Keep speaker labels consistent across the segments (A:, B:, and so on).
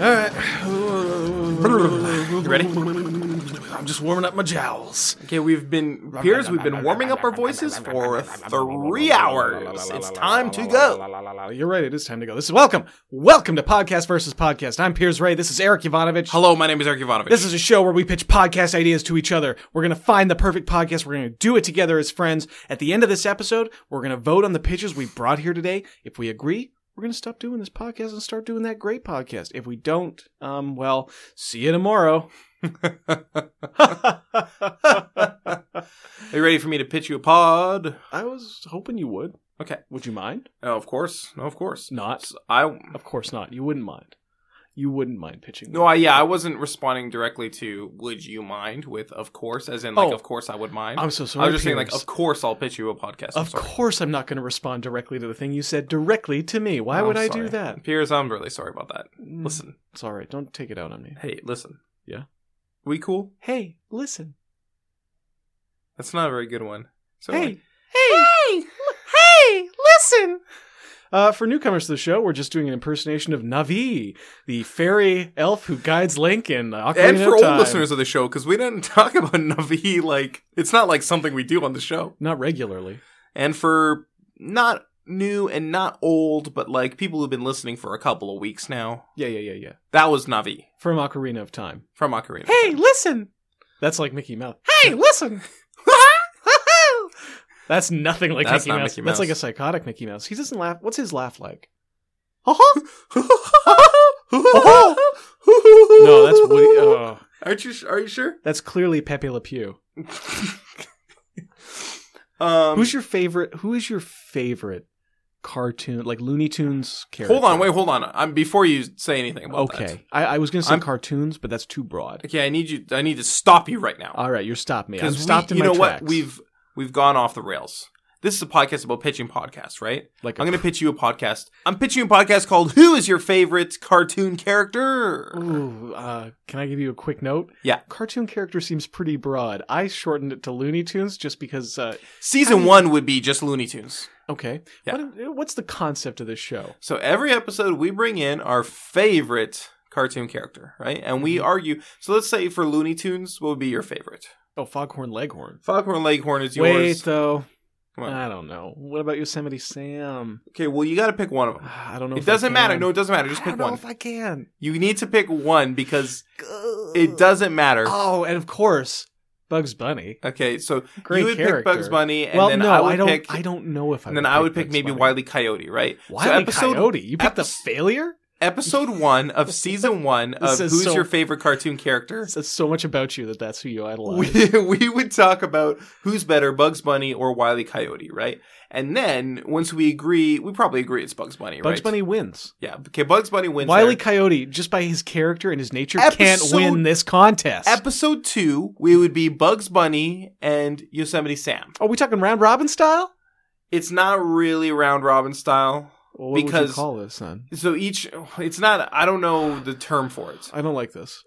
A: All right.
B: You ready?
A: I'm just warming up my jowls.
B: Okay, we've been Piers, we've been warming up our voices for three hours. It's time to go.
A: Oh, You're right. It is time to go. This is welcome. Welcome to Podcast versus Podcast. I'm Piers Ray. This is Eric Ivanovich.
B: Hello, my name is Eric Ivanovich.
A: This is a show where we pitch podcast ideas to each other. We're going to find the perfect podcast. We're going to do it together as friends. At the end of this episode, we're going to vote on the pitches we brought here today. If we agree, we're going to stop doing this podcast and start doing that great podcast. If we don't, um, well, see you tomorrow.
B: Are you ready for me to pitch you a pod?
A: I was hoping you would.
B: Okay.
A: Would you mind?
B: Oh, of course. No, of course.
A: Not.
B: I
A: Of course not. You wouldn't mind. You wouldn't mind pitching.
B: no, I yeah, I wasn't responding directly to "Would you mind?" with "Of course," as in like,
A: Oh.
B: of course I would mind.
A: I'm so
B: I
A: sorry.
B: was just saying like,
A: Piers.
B: of course I'll pitch you a podcast. I'm
A: Of
B: sorry.
A: course, I'm not going to respond directly to the thing you said directly to me. Why
B: I'm
A: would I
B: sorry.
A: do that? Mm,
B: Piers, I'm really sorry about that. Listen,
A: It's all right. Don't take it out on me.
B: hey, listen.
A: Mm. Yeah?
B: we cool.
A: Hey, listen.
B: That's not a very good one. So like,
A: hey, hey, hey, listen. Uh, for newcomers to the show, we're just doing an impersonation of Navi, the fairy elf who guides Link in Ocarina
B: and for old
A: of Time.
B: listeners of the show, because we didn't talk about Navi, like it's not like something we do on the show.
A: Not regularly.
B: And for not new and not old, but like people who've been listening for a couple of weeks now,
A: Yeah, yeah, yeah, yeah.
B: that was Navi
A: From Ocarina of Time.
B: from Ocarina.
A: listen. That's like Mickey Mouse. Hey, listen. That's nothing like
B: That's
A: Mickey,
B: not
A: Mouse.
B: Mickey
A: That's
B: Mouse.
A: like a psychotic Mickey Mouse. He doesn't laugh. What's his laugh like? Uh-huh. No, that's Woody. Oh,
B: Aren't you? Are you sure?
A: that's clearly Pepe Le Pew.
B: um,
A: Who's your favorite? Who is your favorite cartoon, like Looney Tunes character?
B: hold on, wait, hold on. I'm before you say anything about that.
A: Okay, I, I was gonna say
B: I'm-
A: cartoons, but that's too broad.
B: Okay, I need you. I need to stop you right now.
A: All right, you're stopped me. I'm
B: Because
A: stopped
B: we,
A: in
B: you
A: my
B: know
A: tracks.
B: what? We've we've gone off the rails. This is a podcast about pitching podcasts, right?
A: like
B: I'm going to pitch you a podcast. I'm pitching you a podcast called "Who is Your Favorite Cartoon Character?"
A: Ooh, uh, can I give you a quick note?
B: Yeah.
A: Cartoon character seems pretty broad. I shortened it to Looney Tunes just because. Uh,
B: Season
A: I-
B: one would be just Looney Tunes.
A: okay.
B: Yeah.
A: What, what's the concept of this show?
B: So every episode we bring in our favorite cartoon character, right? And
A: Mm-hmm.
B: we argue. So let's say for Looney Tunes, what would be your favorite?
A: Oh, Foghorn Leghorn.
B: Foghorn Leghorn is
A: Wait,
B: yours.
A: though.
B: Come on.
A: I don't know. What about Yosemite Sam?
B: okay, well you got to pick one of them.
A: Ah, I don't know.
B: It
A: if I
B: doesn't matter.
A: can.
B: No, it doesn't matter. Just
A: I don't
B: pick
A: know
B: one.
A: if I can.
B: You need to pick one because
A: Uh,
B: it doesn't matter.
A: Oh, and of course, Bugs Bunny.
B: Okay, so
A: Great
B: you would
A: character.
B: pick Bugs Bunny, and
A: well,
B: then
A: no,
B: I would
A: don't.
B: pick,
A: I don't know if I.
B: and
A: would
B: then I would pick
A: Bugs
B: maybe
A: Bunny.
B: Wiley Coyote, right?
A: Wiley
B: episode
A: Coyote. You picked the
B: episode-
A: failure.
B: episode one of season one of
A: This is
B: Who's
A: so-
B: Your Favorite Cartoon Character?
A: Says so much about you that that's who you idolize.
B: We, we would talk about who's better, Bugs Bunny or Wiley Coyote, right? And then once we agree, we probably agree it's Bugs Bunny,
A: Bugs
B: right?
A: Bunny wins.
B: yeah. Okay, Bugs Bunny wins.
A: Wiley
B: there.
A: Coyote, just by his character and his nature, can't
B: Episode-
A: win this contest.
B: Episode two, we would be Bugs Bunny and Yosemite Sam.
A: Are we talking round robin style?
B: It's not really round robin style.
A: Well, what would
B: Because-
A: you call this, son?
B: So each, it's not. I don't know the term for it.
A: I don't like this.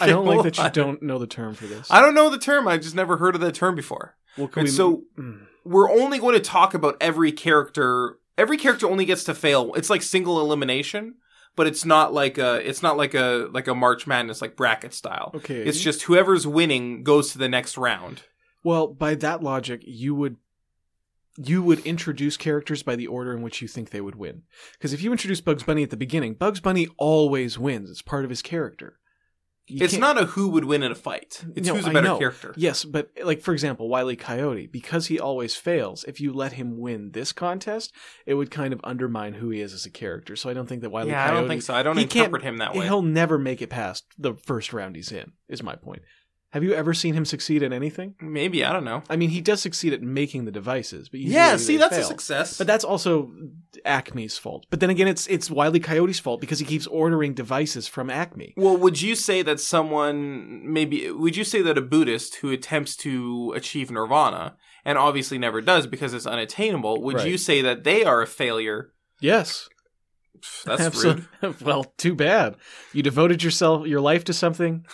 A: I don't like that you
B: Hold
A: don't know the term for this.
B: I don't know the term. I just never heard of that term before.
A: well, can
B: And so-
A: Mm.
B: We're only going to talk about every character. Every character only gets to fail. It's like single elimination, but it's not like a. It's not like a like a March Madness like bracket style.
A: okay,
B: It's just whoever's winning goes to the next round.
A: Well, by that logic, you would you would introduce characters by the order in which you think they would win. Because if you introduce Bugs Bunny at the beginning, Bugs Bunny always wins. It's part of his character. You
B: it's
A: can't-
B: not a who would win in a fight. It's
A: No,
B: who's a
A: I
B: better
A: know.
B: character.
A: Yes, but like for example, Wiley Coyote, because he always fails, if you let him win this contest, it would kind of undermine who he is as a character. So I don't think that Wiley
B: yeah,
A: Coyote
B: I don't think so. I don't
A: he can't-
B: interpret him that way.
A: he'll never make it past the first round he's in, is my point. Have you ever seen him succeed at anything?
B: Maybe I don't know.
A: I mean, he does succeed at making the devices, but usually
B: Yeah, see,
A: they
B: that's a
A: fail.
B: success.
A: But that's also Acme's fault. But then again, it's it's Wiley Coyote's fault because he keeps ordering devices from Acme.
B: Well, would you say that someone maybe would you say that a Buddhist who attempts to achieve nirvana and obviously never does because it's unattainable, would
A: Right.
B: you say that they are a failure?
A: Yes,
B: Pff, That's
A: Absol- Well, too bad. You devoted yourself your life to something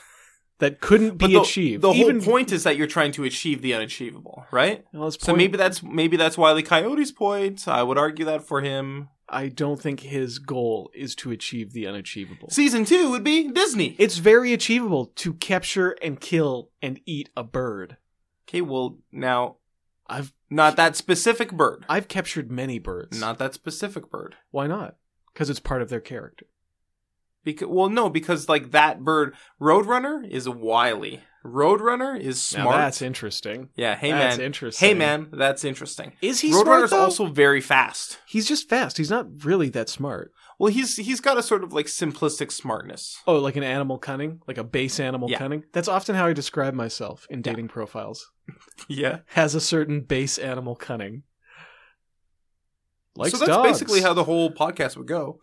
A: that couldn't be
B: the,
A: achieved.
B: the whole
A: Even-
B: point is that you're trying to achieve the unachievable, right?
A: Well, his
B: So
A: point-
B: maybe that's maybe that's why the Coyotes point. I would argue that for him.
A: I don't think his goal is to achieve the unachievable.
B: Season two would be Disney.
A: it's very achievable to capture and kill and eat a bird.
B: okay, well now
A: I've
B: not that specific bird.
A: I've captured many birds.
B: Not that specific bird.
A: Why not? Because it's part of their character.
B: Because well, no, because like that bird, Roadrunner is wily. Roadrunner is
A: Now
B: smart.
A: that's interesting.
B: yeah, hey
A: that's
B: man,
A: interesting.
B: hey man, that's interesting.
A: Is he smart
B: Roadrunner's
A: though?
B: also very fast.
A: He's just fast. He's not really that smart.
B: Well, he's he's got a sort of like simplistic smartness.
A: Oh, like an animal cunning, like a base animal
B: Yeah.
A: cunning. That's often how I describe myself in dating profiles.
B: Yeah,
A: Has a certain base animal cunning. Like
B: so that's basically how the whole podcast would go.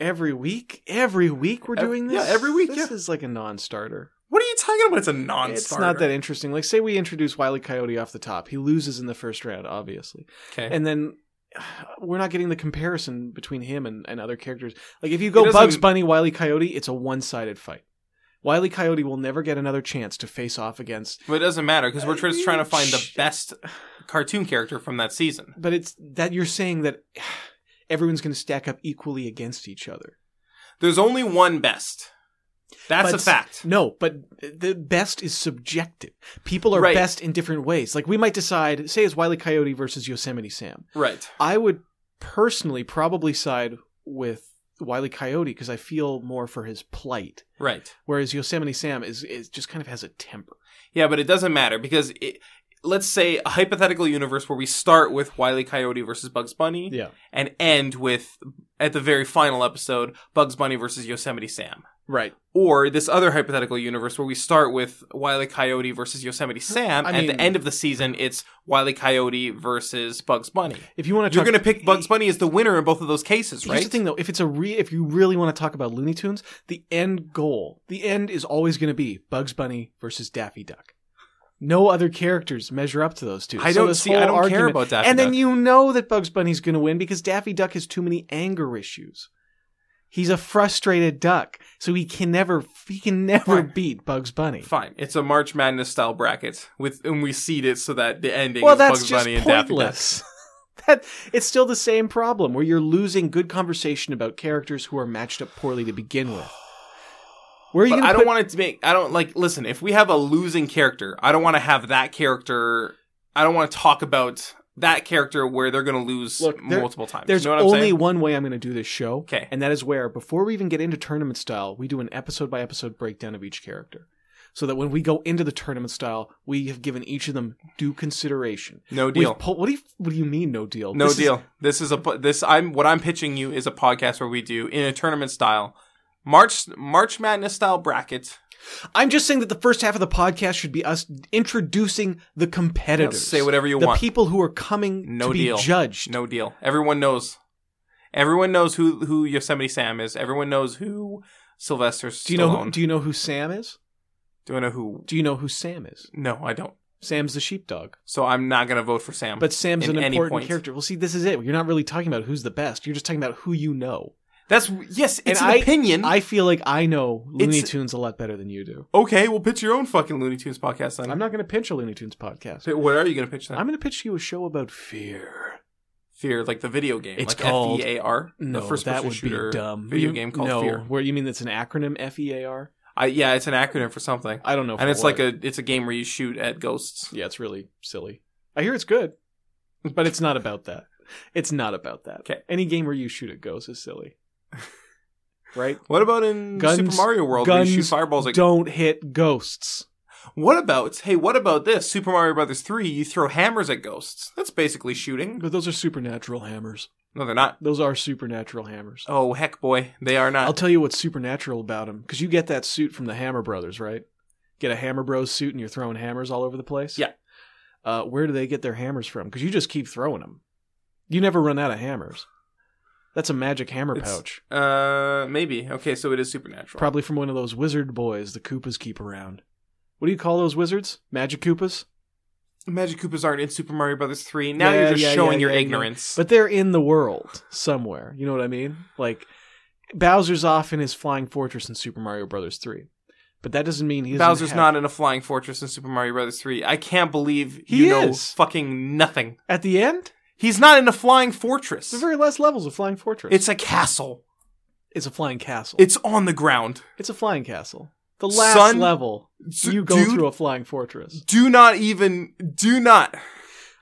A: every week, every week we're
B: Ev-
A: doing
B: yeah,
A: this.
B: every week,
A: This
B: yeah.
A: is like a non-starter.
B: What are you talking about? It's a non-starter.
A: It's not that interesting. Like, say we introduce Wiley Coyote off the top. He loses in the first round, obviously.
B: okay.
A: And then we're not getting the comparison between him and, and other characters. Like, if you
B: It
A: go
B: doesn't-
A: Bugs Bunny, Wiley Coyote, it's a one sided fight. Wiley Coyote will never get another chance to face off against.
B: But it doesn't matter because we're just trying to find the
A: Shh.
B: best cartoon character from that season.
A: But it's that you're saying that everyone's going to stack up equally against each other.
B: There's only one best. That's
A: But
B: a fact.
A: No, but the best is subjective. People are
B: Right.
A: best in different ways. Like we might decide, say it's Wiley Coyote versus Yosemite Sam.
B: Right.
A: I would personally probably side with Wiley Coyote because I feel more for his plight,
B: Right.
A: whereas Yosemite Sam is, is just kind of has a temper.
B: Yeah, but it doesn't matter because it, let's say a hypothetical universe where we start with Wile E. Coyote versus Bugs Bunny
A: Yeah.
B: and end with at the very final episode Bugs Bunny versus Yosemite Sam.
A: Right.
B: Or this other hypothetical universe where we start with Wile E. Coyote versus Yosemite Sam,
A: I
B: and at
A: mean-
B: the end of the season, it's Wile E. Coyote versus Bugs Bunny.
A: If you want to
B: You're
A: talk,
B: going to pick Bugs Bunny as the winner in both of those cases,
A: Here's
B: right?
A: the thing though, if it's a re if you really want to talk about Looney Tunes, the end goal, the end is always going to be Bugs Bunny versus Daffy Duck. No other characters measure up to those two.
B: I
A: So
B: don't
A: this
B: see. I
A: whole
B: don't care
A: argument-
B: about Daffy
A: and then
B: Duck.
A: you know that Bugs Bunny's going to win because Daffy Duck has too many anger issues. He's a frustrated duck, so he can never he can never
B: Fine.
A: beat Bugs Bunny.
B: Fine, it's a March Madness style bracket with, and we seed it so that the ending
A: Well,
B: is
A: that's
B: Bugs
A: just
B: Bunny and Daffy Duck.
A: pointless. that it's still the same problem where you're losing good conversation about characters who are matched up poorly to begin with. Where are you?
B: But
A: gonna
B: I don't
A: put-
B: want it to make. I don't like. Listen, if we have a losing character, I don't want to have that character. I don't want to talk about that character where they're going to lose
A: Look, there-
B: multiple times.
A: There's
B: you know what
A: only
B: I'm saying?
A: one way I'm going to do this show.
B: Okay.
A: And that is where, before we even get into tournament style, we do an episode by episode breakdown of each character. So that when we go into the tournament style, we have given each of them due consideration.
B: No
A: We've
B: deal.
A: pulled- what, do you, what do you mean, no deal?
B: No
A: This is-
B: deal. this is a po- this. I'm what I'm pitching you is a podcast where we do in a tournament style, March March Madness style bracket.
A: I'm just saying that the first half of the podcast should be us introducing the competitors.
B: Say whatever you
A: the
B: want.
A: people who are coming
B: No
A: to be
B: deal.
A: judged.
B: No deal. Everyone knows. Everyone knows who who Yosemite Sam is. Everyone knows who Sylvester Stallone.
A: Do you know? Who, do you know who Sam is?
B: Do I know who?
A: Do you know who Sam is?
B: No, I don't.
A: Sam's the sheepdog.
B: So I'm not gonna vote for Sam.
A: But Sam's
B: Um, In
A: an
B: any
A: important
B: point.
A: character. Well, see, this is it. You're not really talking about who's the best. You're just talking about who you know.
B: that's yes, it's an
A: And I-
B: opinion.
A: I feel like I know Looney
B: It's-
A: Tunes a lot better than you do.
B: okay, well, pitch your own fucking Looney Tunes podcast then.
A: I'm not going to pitch a Looney Tunes podcast.
B: So What are you gonna pitch then?
A: I'm going to pitch you a show about fear.
B: Fear, like the video game,
A: It's
B: like
A: called-
B: F E A R,
A: No,
B: the first
A: that
B: person
A: would
B: shooter
A: be dumb.
B: video
A: You-
B: game called
A: no,
B: Fear.
A: Where you mean it's an acronym F E A R?
B: I, yeah, it's an acronym for something,
A: I don't know.
B: and it's like a it's a game where you shoot at ghosts.
A: yeah, it's really silly. I hear it's good, but it's not about that. It's not about that.
B: 'Kay.
A: Any game where you shoot at ghosts is silly, right?
B: What about in
A: Guns-
B: Super Mario World? where you shoot
A: guns
B: fireballs at
A: Don't hit ghosts.
B: What about hey? What about this Super Mario Brothers three? You throw hammers at ghosts. That's basically shooting.
A: But those are supernatural hammers.
B: No, they're not.
A: Those are supernatural hammers.
B: Oh heck, boy, they are
A: I'll
B: not.
A: tell you what's supernatural about him, because you get that suit from the Hammer Brothers, right? Get a Hammer Bros suit and you're throwing hammers all over the place.
B: Yeah.
A: Uh, where do they get their hammers from? Because you just keep throwing them. You never run out of hammers. That's a magic hammer
B: It's-
A: pouch,
B: uh, maybe. Okay, so it is supernatural.
A: probably from one of those wizard boys the Koopas keep around. What do you call those wizards? Magic Koopas.
B: Magic Koopas aren't in Super Mario Brothers three. Now
A: Yeah,
B: you're just
A: yeah,
B: showing
A: yeah,
B: your
A: yeah, yeah.
B: ignorance.
A: But they're in the world somewhere. You know what I mean? Like Bowser's off in his flying fortress in Super Mario Brothers 3. but that doesn't mean he doesn't
B: Bowser's
A: have-
B: not in a flying fortress in Super Mario Brothers 3. I can't believe
A: He
B: you know
A: is.
B: fucking nothing.
A: at the end.
B: He's not in a flying fortress.
A: The very last levels of Flying Fortress.
B: It's a castle.
A: it's a flying castle.
B: It's on the ground.
A: it's a flying castle. The last
B: Son-
A: level,
B: S-
A: you go
B: dude,
A: through a flying fortress.
B: Do not even do not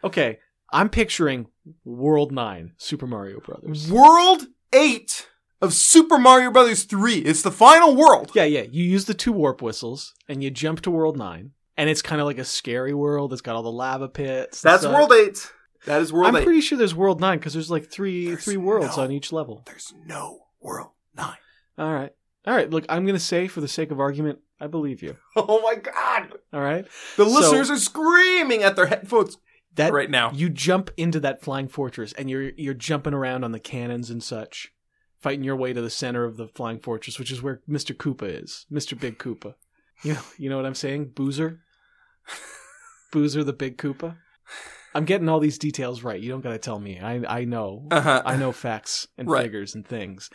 A: Okay, I'm picturing World Nine, Super Mario Brothers.
B: World 8 of Super Mario Brothers 3. It's the final world.
A: Yeah, yeah. You use the two warp whistles and you jump to World Nine, and it's kind of like a scary world. It's got all the lava pits. and
B: That's
A: stuff.
B: World 8. That is World
A: I'm
B: 8.
A: pretty sure there's World Nine because there's like three
B: There's
A: three worlds
B: no-
A: on each level.
B: There's no World 9.
A: All right, all right. Look, I'm gonna say for the sake of argument, I believe you.
B: Oh my god.
A: All right,
B: The
A: So-
B: listeners are screaming at their headphones
A: that
B: right now.
A: you jump into that flying fortress and you're you're jumping around on the cannons and such, fighting your way to the center of the flying fortress, which is where Mr. Koopa is, Mr. Big Koopa. You know, you know what I'm saying, Boozer. Boozer the Big Koopa. I'm getting all these details right. You don't got to tell me. I I know.
B: Uh-huh.
A: I know facts and
B: Right.
A: figures and things.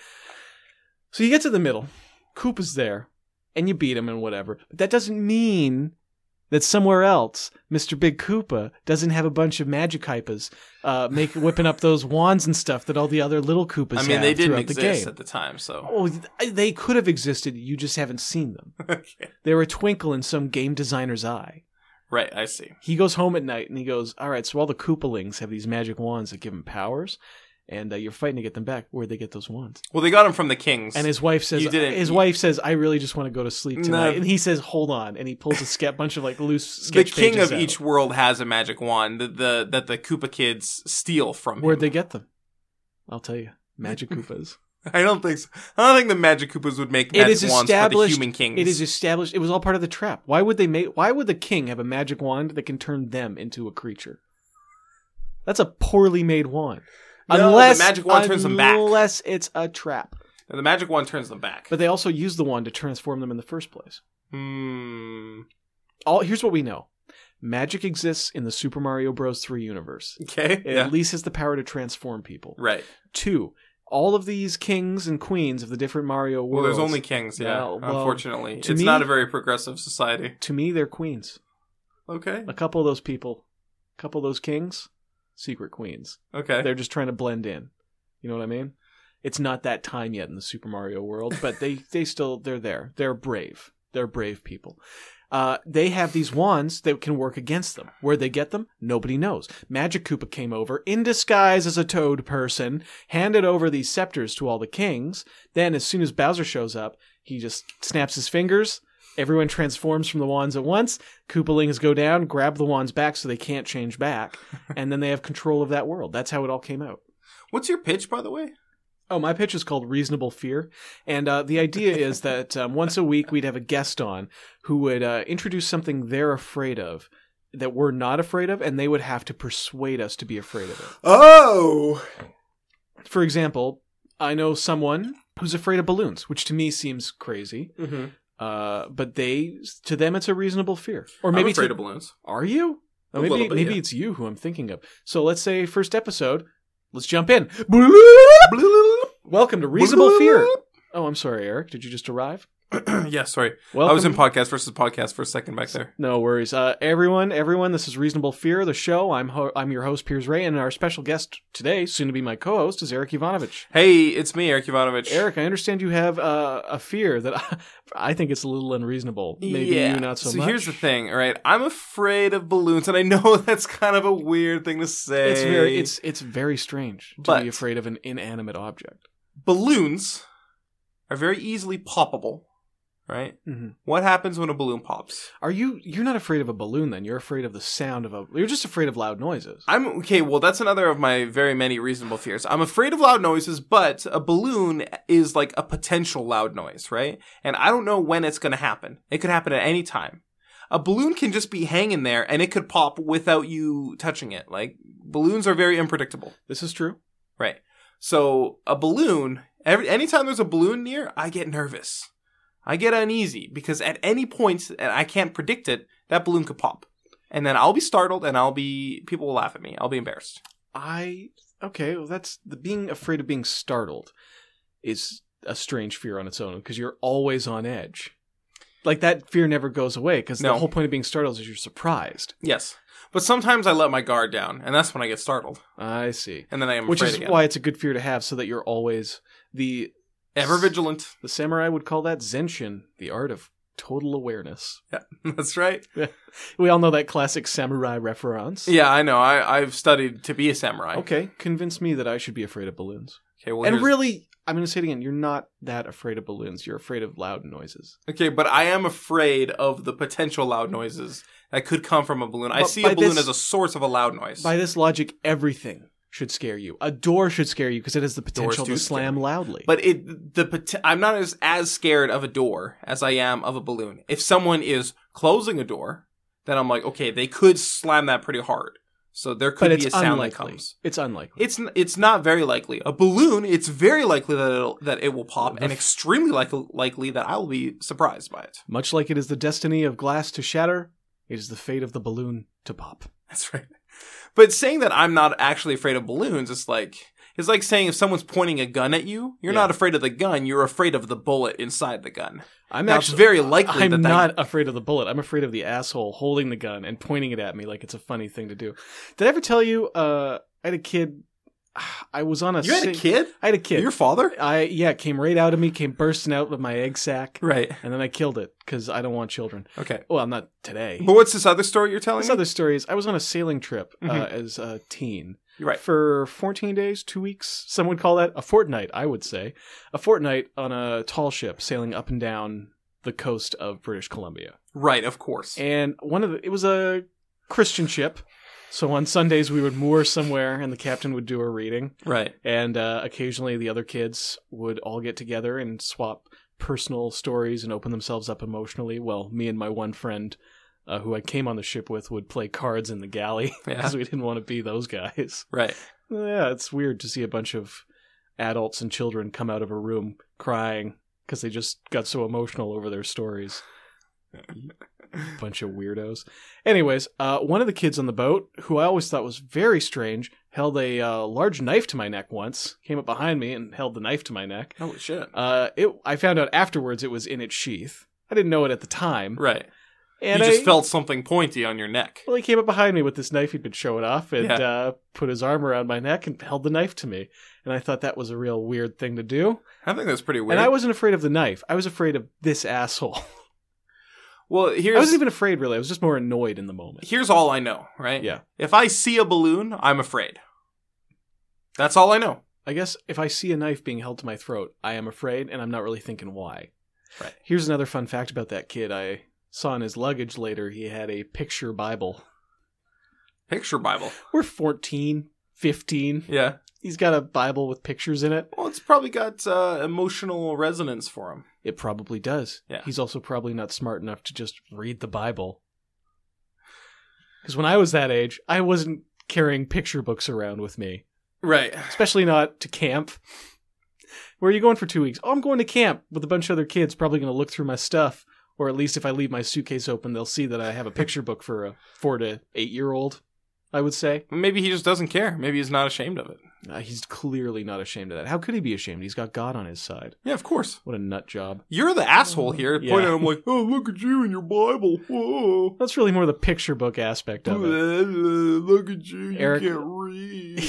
A: So you get to the middle, Koopa's there, and you beat him and whatever. But that doesn't mean that somewhere else, Mr. Big Koopa doesn't have a bunch of magic hypas, uh, make whipping up those wands and stuff that all the other little Koopas.
B: I mean,
A: have
B: they didn't
A: throughout
B: exist
A: the game.
B: at the time, so.
A: Oh, th- they could have existed. You just haven't seen them.
B: okay.
A: They're a twinkle in some game designer's eye.
B: Right, I see.
A: He goes home at night and he goes, "All right, so all the Koopalings have these magic wands that give them powers, and uh, you're fighting to get them back. Where'd they get those wands?"
B: Well, they got him from the kings.
A: And his wife says,
B: You didn't-
A: his
B: you-
A: wife says, I really just want to go to sleep
B: No.
A: tonight. And he says, hold on. And he pulls a sketch, bunch of like loose
B: the
A: sketch
B: king
A: pages
B: of
A: out.
B: each world has a magic wand that the that the Koopa kids steal from
A: Where'd
B: him.
A: they get them? I'll tell you. Magic Koopas.
B: I don't think so. I don't think the magic Koopas would make
A: It
B: magic
A: is
B: wands for the
A: established-
B: human kings.
A: it is established. It was all part of the trap. Why would they make? Why would the king have a magic wand that can turn them into a creature? That's a poorly made wand.
B: No, the
A: unless
B: magic wand turns them back.
A: Unless it's a trap.
B: And the magic wand turns them back.
A: But they also use the wand to transform them in the first place.
B: Hmm.
A: All here's what we know: magic exists in the Super Mario Bros. Three universe.
B: Okay.
A: It
B: Yeah.
A: at least has the power to transform people.
B: Right.
A: Two, all of these kings and queens of the different Mario
B: Well,
A: worlds.
B: there's only kings. Yeah.
A: Well, well,
B: unfortunately,
A: to
B: it's
A: me-
B: not a very progressive society.
A: to me, they're queens.
B: Okay.
A: A couple of those people, a couple of those kings, secret queens.
B: Okay.
A: They're just trying to blend in. You know what I mean? It's not that time yet in the Super Mario world, but they they still they're there. They're brave. They're brave people. Uh, they have these wands that can work against them. Where they get them, nobody knows. Magic Koopa came over in disguise as a toad person, handed over these scepters to all the kings. Then, as soon as Bowser shows up, he just snaps his fingers. Everyone transforms from the wands at once. Koopalings go down, grab the wands back so they can't change back, and then they have control of that world. That's how it all came out.
B: What's your pitch, by the way?
A: Oh, my pitch is called Reasonable Fear. And uh, the idea is that um, once a week we'd have a guest on who would uh, introduce something they're afraid of that we're not afraid of, and they would have to persuade us to be afraid of it.
B: Oh.
A: For example, I know someone who's afraid of balloons, which to me seems crazy,
B: Mm-hmm.
A: uh, but they, to them, it's a reasonable fear. Or
B: Maybe
A: maybe
B: I'm afraid
A: to,
B: of balloons.
A: are you?
B: A
A: maybe
B: little bit,
A: maybe
B: yeah.
A: it's you who I'm thinking of. So let's say first episode. Let's jump in. Welcome to Reasonable Fear. Oh, I'm sorry, Eric. Did you just arrive?
B: yeah. Sorry.
A: Welcome.
B: I was in podcast versus podcast for a second back there.
A: no worries, uh, everyone. Everyone, this is Reasonable Fear, the show. I'm ho- I'm your host, Piers Ray, and our special guest today, soon to be my co-host, is Eric Ivanovich.
B: Hey, it's me, Eric Ivanovich.
A: Eric, I understand you have uh, a fear that I, think it's a little unreasonable. Maybe you not so, much.
B: here's the thing, all right? I'm afraid of balloons, and I know that's kind of a weird thing to say.
A: It's very it's it's very strange to
B: But-
A: be afraid of an inanimate object.
B: balloons are very easily poppable, right?
A: hmm
B: What happens when a balloon pops?
A: Are you you're not afraid of a balloon then? You're afraid of the sound of a. You're just afraid of loud noises.
B: I'm okay. Well, that's another of my very many reasonable fears. I'm afraid of loud noises, but a balloon is like a potential loud noise, right? And I don't know when it's going to happen. It could happen at any time. A balloon can just be hanging there and it could pop without you touching it. Like balloons are very unpredictable.
A: This is true.
B: Right. So a balloon, every anytime there's a balloon near, I get nervous. I get uneasy because at any point, and I can't predict it, that balloon could pop. And then I'll be startled and I'll be people will laugh at me. I'll be embarrassed.
A: I okay. Well, that's the being afraid of being startled is a strange fear on its own because you're always on edge. like that fear never goes away because
B: No.
A: the whole point of being startled is you're surprised.
B: Yes. But sometimes I let my guard down, and that's when I get startled,
A: I see.
B: and then I am
A: Which
B: afraid
A: is
B: again.
A: why it's a good fear to have, so that you're always the
B: Ever vigilant.
A: the samurai would call that zenshin, the art of total awareness.
B: that's right.
A: We all know that classic samurai reference.
B: Yeah, I know. I I've studied to be a samurai.
A: Okay, convince me that I should be afraid of balloons.
B: Okay. Well,
A: and
B: here's-
A: really, I'm going to say it again. You're not that afraid of balloons. You're afraid of loud noises.
B: Okay, but I am afraid of the potential loud noises that could come from a balloon. I
A: But
B: see
A: by
B: a balloon
A: this-
B: as a source of a loud noise.
A: By this logic, everything should scare you. A door should scare you because it has the potential
B: do
A: to
B: scare
A: slam loudly.
B: but it the pot- I'm not as, as scared of a door as I am of a balloon. If someone is closing a door, then I'm like, okay, they could slam that pretty hard. So there could
A: But
B: be
A: it's
B: a sound that
A: unlikely.
B: comes.
A: It's unlikely.
B: It's n- it's not very likely. A balloon, it's very likely that it'll, that it will pop,
A: The
B: and
A: f-
B: extremely likely likely that I will be surprised by it.
A: Much like it is the destiny of glass to shatter, it is the fate of the balloon to pop.
B: That's right. But saying that I'm not actually afraid of balloons, it's like it's like saying if someone's pointing a gun at you, you're
A: Yeah.
B: not afraid of the gun, you're afraid of the bullet inside the gun.
A: I'm
B: Now, it's
A: actually
B: very likely that
A: I'm
B: that
A: not afraid of the bullet. I'm afraid of the asshole holding the gun and pointing it at me like it's a funny thing to do. Did I ever tell you? Uh, I had a kid. I was on a.
B: you had a
A: sing-
B: kid,
A: I had a kid.
B: your father,
A: I yeah, it came right out of me, came bursting out of my egg sac,
B: right?
A: and then I killed it because I don't want children.
B: Okay.
A: Well, I'm not today.
B: But what's this other story you're telling
A: This
B: me?
A: other story is I was on a sailing trip uh,
B: Mhm.
A: as a teen.
B: You're right.
A: For 14 days, two weeks. Some would call that a fortnight, I would say. A fortnight on a tall ship sailing up and down the coast of British Columbia.
B: Right, of course.
A: And one of the, it was a Christian ship. So on Sundays, we would moor somewhere and the captain would do a reading.
B: right.
A: And uh, occasionally the other kids would all get together and swap personal stories and open themselves up emotionally. Well, me and my one friend uh, who I came on the ship with would play cards in the galley
B: Yeah.
A: because we didn't want to be those guys.
B: Right.
A: Yeah, it's weird to see a bunch of adults and children come out of a room crying because they just got so emotional over their stories. bunch of weirdos. Anyways, uh, one of the kids on the boat, who I always thought was very strange, held a uh, large knife to my neck once. Came up behind me and held the knife to my neck.
B: Holy shit.
A: Uh, it, I found out afterwards it was in its sheath. I didn't know it at the time,
B: Right.
A: and
B: you just
A: I,
B: felt something pointy on your neck.
A: well, he came up behind me with this knife he'd been showing off and
B: Yeah.
A: uh, put his arm around my neck and held the knife to me. And I thought that was a real weird thing to do.
B: I think that's pretty weird.
A: And I wasn't afraid of the knife. I was afraid of this asshole.
B: well,
A: I
B: here's
A: wasn't even afraid, really. I was just more annoyed in the moment.
B: here's all I know. Right.
A: Yeah.
B: If I see a balloon, I'm afraid. That's all I know.
A: I guess if I see a knife being held to my throat, I am afraid, and I'm not really thinking why.
B: Right.
A: Here's another fun fact about that kid I saw in his luggage later. He had a picture Bible.
B: Picture Bible.
A: We're 14, 15.
B: Yeah.
A: He's got a Bible with pictures in it.
B: Well, it's probably got uh, emotional resonance for him.
A: It probably does.
B: Yeah.
A: He's also probably not smart enough to just read the Bible. Because when I was that age, I wasn't carrying picture books around with me,
B: Right.
A: especially not to camp. Where are you going for two weeks? Oh, I'm going to camp with a bunch of other kids, probably going to look through my stuff. Or at least if I leave my suitcase open, they'll see that I have a picture book for a four to eight year old, I would say.
B: Maybe he just doesn't care. Maybe he's not ashamed of it.
A: Uh, he's clearly not ashamed of that. How could he be ashamed? He's got God on his side.
B: Yeah, of course.
A: What a nut job.
B: You're the asshole here.
A: Yeah.
B: Pointing at him like, oh, look at you and your Bible. Whoa.
A: That's really more the picture book aspect of it.
B: look at you. You
A: Eric-
B: can't read.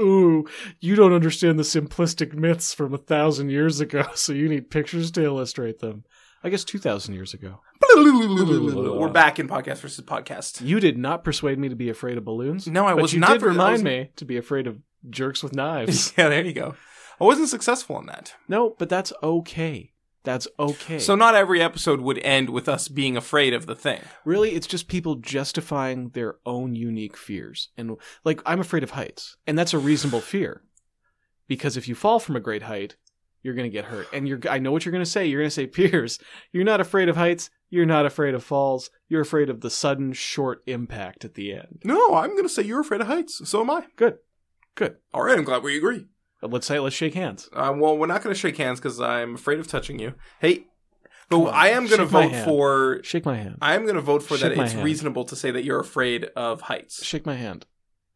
A: Ooh, you don't understand the simplistic myths from a thousand years ago, so you need pictures to illustrate them. I guess 2,000 years ago.
B: We're back in podcast versus podcast.
A: You did not persuade me to be afraid of balloons.
B: No, I
A: but
B: was
A: you
B: not
A: did
B: very- I
A: remind
B: was-
A: me to be afraid of jerks with knives.
B: yeah, there you go. I wasn't successful in that.
A: no, but that's okay. That's okay.
B: So not every episode would end with us being afraid of the thing.
A: really, it's just people justifying their own unique fears. And like, I'm afraid of heights, and that's a reasonable fear because if you fall from a great height, you're going to get hurt. And you're, I know what you're going to say. You're going to say, Piers, you're not afraid of heights. You're not afraid of falls. You're afraid of the sudden short impact at the end.
B: No, I'm going to say you're afraid of heights. So am I.
A: Good, good.
B: All right, I'm glad we agree.
A: But let's say let's shake hands.
B: Uh, well, we're not going to shake hands because I'm afraid of touching you. Hey, but
A: Come on,
B: I am going to
A: shake my
B: vote
A: hand.
B: for.
A: Shake my hand.
B: I am going to vote for
A: Shake
B: that.
A: my
B: It's
A: hand.
B: reasonable to say that you're afraid of heights.
A: Shake my hand.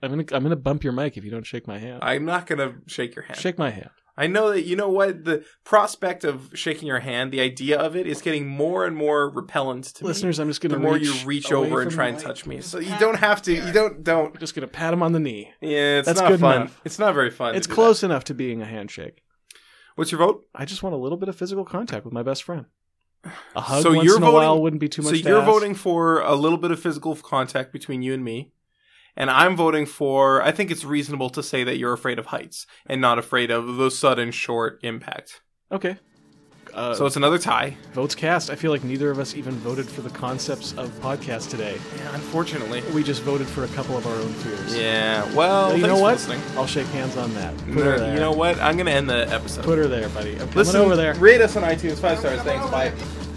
A: I'm gonna I'm gonna bump your mic if you don't shake my hand.
B: I'm not going to shake your hand.
A: Shake my hand.
B: I know that you know what the prospect of shaking your hand, the idea of it, is getting more and more repellent to me.
A: Listeners, I'm just going
B: The
A: to
B: more you reach over and try and touch me, so you don't have to. You don't don't.
A: Just going to pat him on the knee.
B: Yeah, it's
A: That's
B: not
A: good
B: fun.
A: enough.
B: It's not very fun. to
A: It's
B: do that.
A: close enough to being a handshake.
B: What's your vote?
A: I just want a little bit of physical contact with my best friend. A hug
B: So
A: once
B: you're
A: in a
B: voting-
A: while wouldn't be too much.
B: so
A: to
B: you're
A: ask.
B: voting for a little bit of physical contact between you and me and i'm voting for i think it's reasonable to say that you're afraid of heights and not afraid of the sudden short impact
A: Okay. Uh,
B: so it's another tie
A: votes cast. I feel like neither of us even voted for the concepts of podcast today.
B: yeah unfortunately
A: We just voted for a couple of our own fears.
B: yeah well
A: But you
B: thanks
A: know
B: for
A: what?
B: listening.
A: I'll shake hands on that. Put
B: No,
A: her there.
B: you know what i'm gonna end the episode
A: Put her there, buddy. I'm coming
B: listen
A: over there.
B: rate us on itunes five stars thanks bye